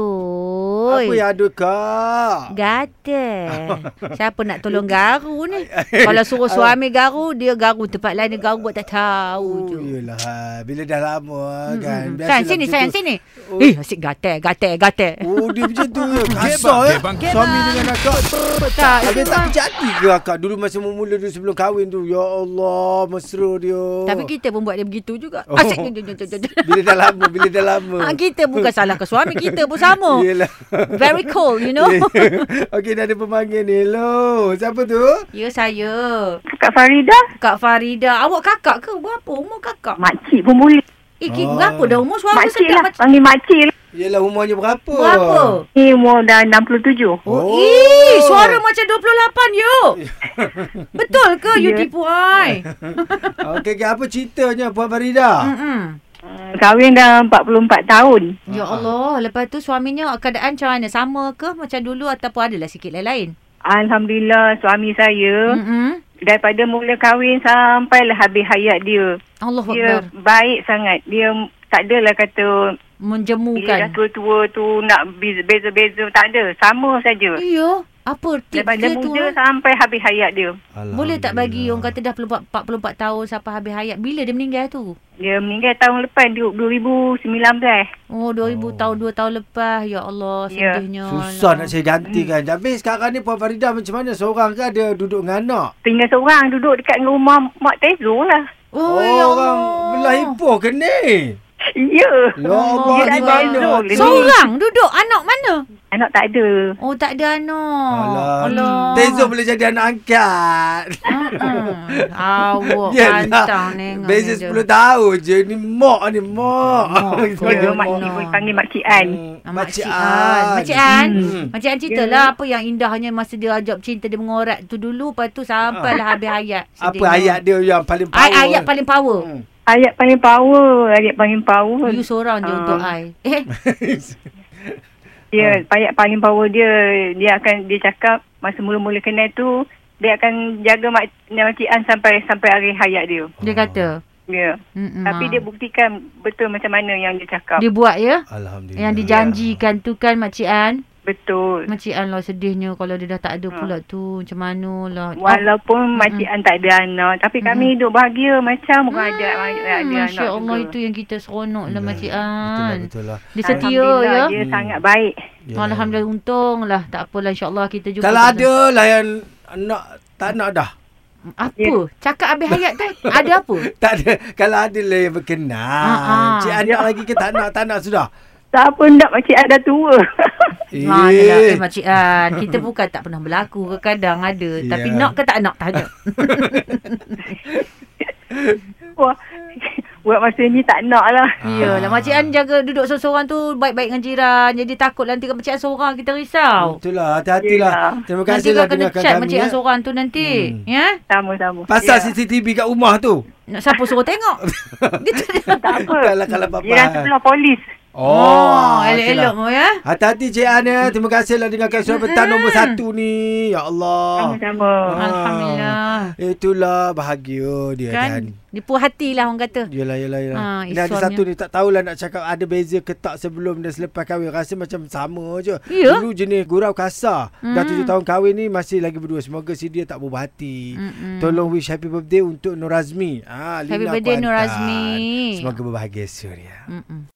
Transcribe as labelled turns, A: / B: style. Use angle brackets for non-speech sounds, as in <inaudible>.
A: Aduh.
B: Apa yang ada kak? <laughs>
A: Gatal. Siapa nak tolong garu ni? Kalau suruh suami garu, dia garu tempat lain dia garu buat tak tahu
B: Oh,
A: je.
B: yelah. Bila dah lama kan.
A: Mm-mm.
B: biasalah
A: Sayang sini,
B: macam
A: sayang
B: tu.
A: sini.
B: Oh.
A: Eh, asyik gatal, gatal, gatal.
B: Oh, dia macam
A: <laughs>
B: tu. Kasar ya.
C: Gebang, gebang.
B: Suami dengan akak.
A: Tak,
B: Habis tak
A: sebab-
B: terjadi ke akak dulu masa mula-mula dulu sebelum kahwin tu? Ya Allah, mesra dia.
A: Tapi kita pun buat dia begitu juga.
B: Oh.
A: Asyik. jom, jom, jom, jom, jom.
B: Bila dah lama, bila dah lama.
A: <laughs> Ah, kita bukan salah ke suami, kita pun sama.
B: Yelah.
A: Very cold, you know.
B: <laughs> Okey, dah ada pemanggil ni. Hello, siapa tu?
A: <laughs> ya, saya.
D: Kak Farida
A: Kak Farida. Awak kakak ke? Berapa umur kakak?
D: Makcik pun boleh
A: Eh, ki-
B: Ah.
A: berapa dah umur suara
D: Makcik
A: sedap
D: lah
A: macam
D: Panggil makcik lah
B: Yelah, umurnya berapa?
A: Berapa?
D: Ni umur dah 67
A: Oh,
B: Oh.
A: Eh, suara macam 28 yo.
B: <laughs>
A: Betul ke you
D: Ya.
A: tipu ai?
B: Okey, okay, apa ceritanya Puan Farida?
A: Mm-mm.
D: uh, Kahwin dah 44 tahun
A: Ya
B: Ah.
A: Allah, lepas tu suaminya keadaan macam mana? Sama ke macam dulu ataupun adalah sikit lain-lain?
D: Alhamdulillah suami saya
A: Mm-mm.
D: Daripada mula kahwin sampailah habis hayat dia
A: Allah
D: Dia
A: Akbar.
D: baik sangat Dia tak adalah kata Bila dah
A: Menjemukan.
D: tua-tua tu Nak bez- beza-beza Tak ada Sama saja
A: Iya. Ya, Apa tip
D: Daripada
A: dia tu?
D: muda
A: eh?
D: sampai habis hayat dia
A: Hmm. Boleh tak bagi orang kata dah 44, 44 tahun sampai habis hayat bila dia meninggal tu?
D: Dia meninggal tahun lepas du- 2019
A: Oh 2000
B: Oh.
A: tahun 2 tahun lepas. Ya Allah
D: Ya.
A: sedihnya.
B: Susah
A: lah.
B: nak saya gantikan. Hmm. Tapi sekarang ni Puan Farida macam mana? Seorang ke ada duduk dengan anak?
D: Tinggal seorang duduk dekat dengan rumah Mak Tezo lah.
A: Oh, ya Allah.
B: orang belah ipoh ke ni?
D: Ya.
B: Ya Allah,
A: Dia
B: di
A: tak
B: mana?
D: tahu.
B: tu?
A: Seorang duduk anak mana?
D: Anak tak ada.
A: Oh tak ada anak.
B: Alah. Tezo boleh jadi anak angkat. <laughs>
A: Mm-mm. Awak Oh, pantang nengok.
B: Beza 10 tahun je. Ni mak ni, mak.
A: Mak Ah, tu.
B: <laughs> Sebagai
D: Ya,
A: Allah.
D: makcik pun panggil makcik An.
B: Hmm,
A: Makcik An. Makcik An.
B: Hmm.
A: Makcik An ceritalah apa yang indahnya masa dia ajak cinta dia mengorat tu dulu. Lepas tu sampailah habis ayat.
B: Ah. <laughs> Apa ayat dia yang paling power?
A: Ay, ayat paling power.
B: Hmm.
D: Ayat paling power. Ayat paling power.
A: You seorang je
D: Ah.
A: untuk I. Eh,
D: Dia,
A: Ah.
D: ayat paling power dia, dia akan, dia cakap masa mula-mula kenal tu, dia akan jaga mak, makcik An sampai sampai hari hayat dia.
A: dia kata.
D: Ya.
A: Mm-mm, ah.
D: Tapi dia buktikan betul macam mana yang dia cakap.
A: dia buat ya.
B: <laughs> Alhamdulillah.
A: Yang dijanjikan tu kan Makcik An.
D: Betul.
A: Makcik An lah sedihnya kalau dia dah tak ada pula
D: Ah.
A: tu. Macam mana lah.
D: Oh. Walaupun makcik
A: Hmm.
D: An tak ada anak, tapi kami hidup bahagia macam orang ada, ada
A: Hmm,
D: anak
A: Masya Allah
D: juga.
A: itu yang kita seronok lah Makcik
B: Betul lah,
A: An.
B: betul lah.
A: Dia setia ya.
D: Alhamdulillah, Dia sangat baik.
B: Ya.
A: Alhamdulillah untung lah. Tak apalah insyaAllah kita jumpa.
B: Kalau
A: kita-
B: ada lah yang nak tak nak dah. <laughs>
D: Ya.
A: Apa? Cakap habis hayat tu ada apa?
B: Tak ada. Kalau ada lah yang berkenan.
A: Ah, ah.
B: Cik
D: Ya.
B: An nak lagi ke tak nak, tak nak
A: <laughs>
B: sudah.
D: Tak apa nak makcik An dah tua. <laughs>
A: Mana lah eh, Makcik An. Kita bukan tak pernah berlaku ke kadang ada.
B: Ya.
A: Tapi nak ke tak nak tak ada.
D: Wah, buat masa ni tak nak lah.
B: Ah.
A: Iyalah Makcik An jaga duduk seorang-seorang tu baik-baik dengan jiran. Jadi takut nanti kan Makcik An seorang kita risau.
B: Itulah, hati-hatilah.
D: Yelah.
B: Terima
A: Nanti
B: kasih
A: kau
B: lah
A: kena
B: dengarkan
A: chat
B: kami.
A: Makcik An
B: ya.
A: seorang tu nanti.
B: Hmm.
A: Ya?
D: Sama-sama.
B: Pasal
D: Ya.
B: CCTV kat rumah tu.
A: Nak siapa suruh
B: <laughs>
A: tengok? Gitu.
D: Tak apa.
B: Kalau- lah kalau Pak
D: Jiran
B: Pan.
D: sebelah polis.
A: Oh, elok-elok Hmm.
B: itulah.
A: mu ya.
B: Hati-hati Cik An ya. Terima kasih lah dengarkan suara petang nombor satu ni. Ya Allah.
D: Sama-sama.
B: Ah.
A: Alhamdulillah.
B: Itulah bahagia dia
A: Kan?
B: kan.
A: Nipu hatilah orang kata.
B: Yelah, yelah, yelah.
A: Ah,
B: Ni lah.
A: Islamnya.
B: ada satu ni tak tahulah nak cakap ada beza ke tak sebelum dan selepas kahwin. Rasa macam sama je.
A: Ya.
B: Dulu jenis gurau kasar. Hmm. Dah
A: Mm.
B: tujuh tahun kahwin ni masih lagi berdua. Semoga si dia tak berubah hati.
A: Mm-mm.
B: Tolong wish happy birthday untuk Nur Azmi. Ah,
A: Happy
B: Lina
A: birthday, Nur
B: Kuantan.
A: Azmi.
B: Semoga berbahagia suria.
A: Mm-mm.